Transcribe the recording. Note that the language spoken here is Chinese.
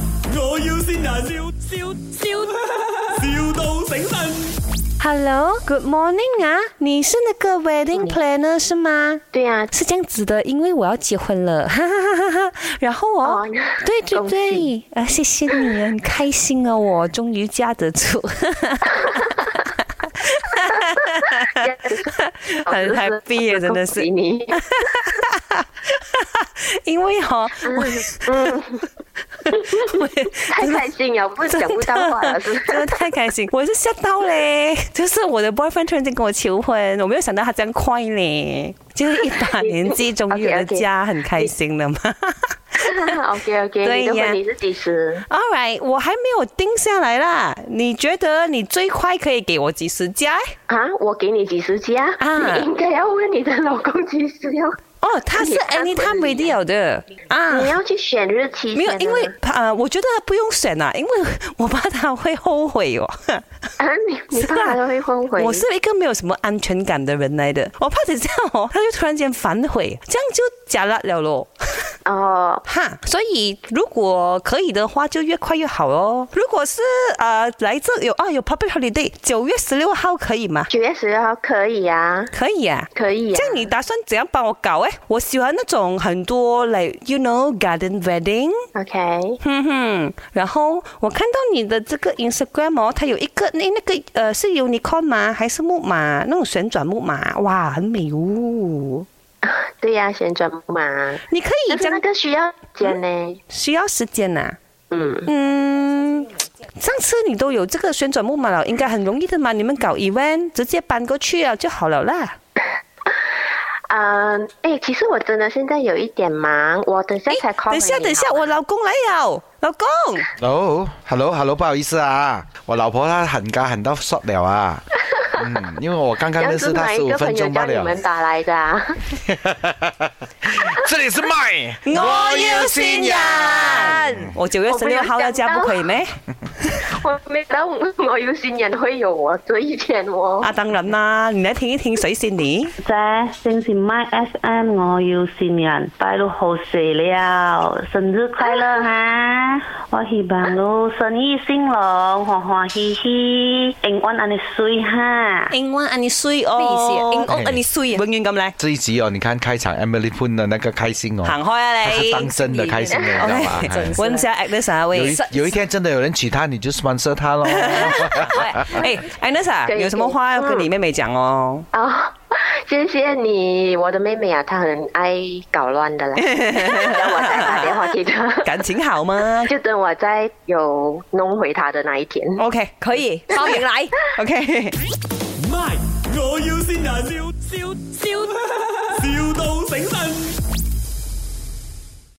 要先人，笑笑笑，,笑到醒神。 Hello，Good morning 啊，你是那个 wedding planner 是吗？对 呀、是这样子的，因为我要结婚了， 哈哈哈哈。然后哦哦，对对恭对，啊，谢谢你，很开心哦，我终于嫁得出，哦很 happy 耶真的是恭喜你。 因为哦，嗯， 我也太开心了，不是讲不到话了，是不 真的是？太开心，我也是吓到嘞！就是我的 boyfriend 突然间跟我求婚，我没有想到他这样快嘞，就是一把年纪终于有了 OK，OK 家，很开心的嘛。 OK OK，对 你的呀婚礼是几时？ All right，我还没有定下来啦。你觉得你最快可以给我几时加？啊，我给你几时家？啊你应该要问你的老公几时要，哦，他是你看 anytime 婚 ready 礼啊了的啊。你要去选日期没先有啊。，因为呃，我觉得不用选啦、因为我怕他会后悔哦。啊， 你你爸爸都会后悔。我是一个没有什么安全感的人来的，我怕等下哦， 他就突然间反悔，这样就假辣了咯。 哦，哈，所以如果可以的话，就越快越好哦。如果是呃来这有啊有 public holiday，九月十六号可以吗？九月十号可以啊，可以啊。可以啊。这样你打算怎样帮我搞？哎，我喜欢那种很多 like you know garden wedding， OK，哼嗯哼。然后我看到你的这个 Instagram 哦，它有一个那那个呃是 unicorn 吗？还是木马那种旋转木马？哇，很美哦。对呀、旋转木马，你可以但这是那样，个需要剪呢。需要时间呐、嗯，嗯，上次你都有这个旋转木马了，应该很容易的嘛。你们搞 event 直接搬过去了就好了啦。啊、哎，其实我真的现在有一点忙，我等下才 call 等一下，回你等一下，好吗我老公来了，老公。哦、h e l l o hello，不好意思啊，我老婆她喊价喊到 short 了啊。嗯，因为我 刚这刚样认识子她哪十一五个分朋友钟罢叫你了。们打来的、啊？ 这里是麦，我哦九月十六号要加不可以咩？我没到我有新人会有我这一天哦。啊，当然啦，你来听一聽水仙你。姐，正是 My FM，我要善人，拜六好事了，生日快乐哈！我希望你生意兴隆，欢欢喜喜，平安安尼水哈。英文安你水哦，英文安你水，永遠咁嚟。这一集哦，你看开场 Emily Poon 的那个开心哦，行開啊她是你。当真的开心的，你知道吗？哎 OK，问一下 Agnes 啊有喂一。有一天真的有人娶她，你就 sponsor 她喽。喂，哎，Agnes 啊，可以有什么話要跟你妹妹講哦？啊、 谢谢你，我的妹妹啊，她很爱搞乱 的啦，让我再打电话给她， 感情好嗎就等我再有弄回她的那一天。 ？OK，可以，包贏嚟。OK。 My，我要先人，笑笑笑，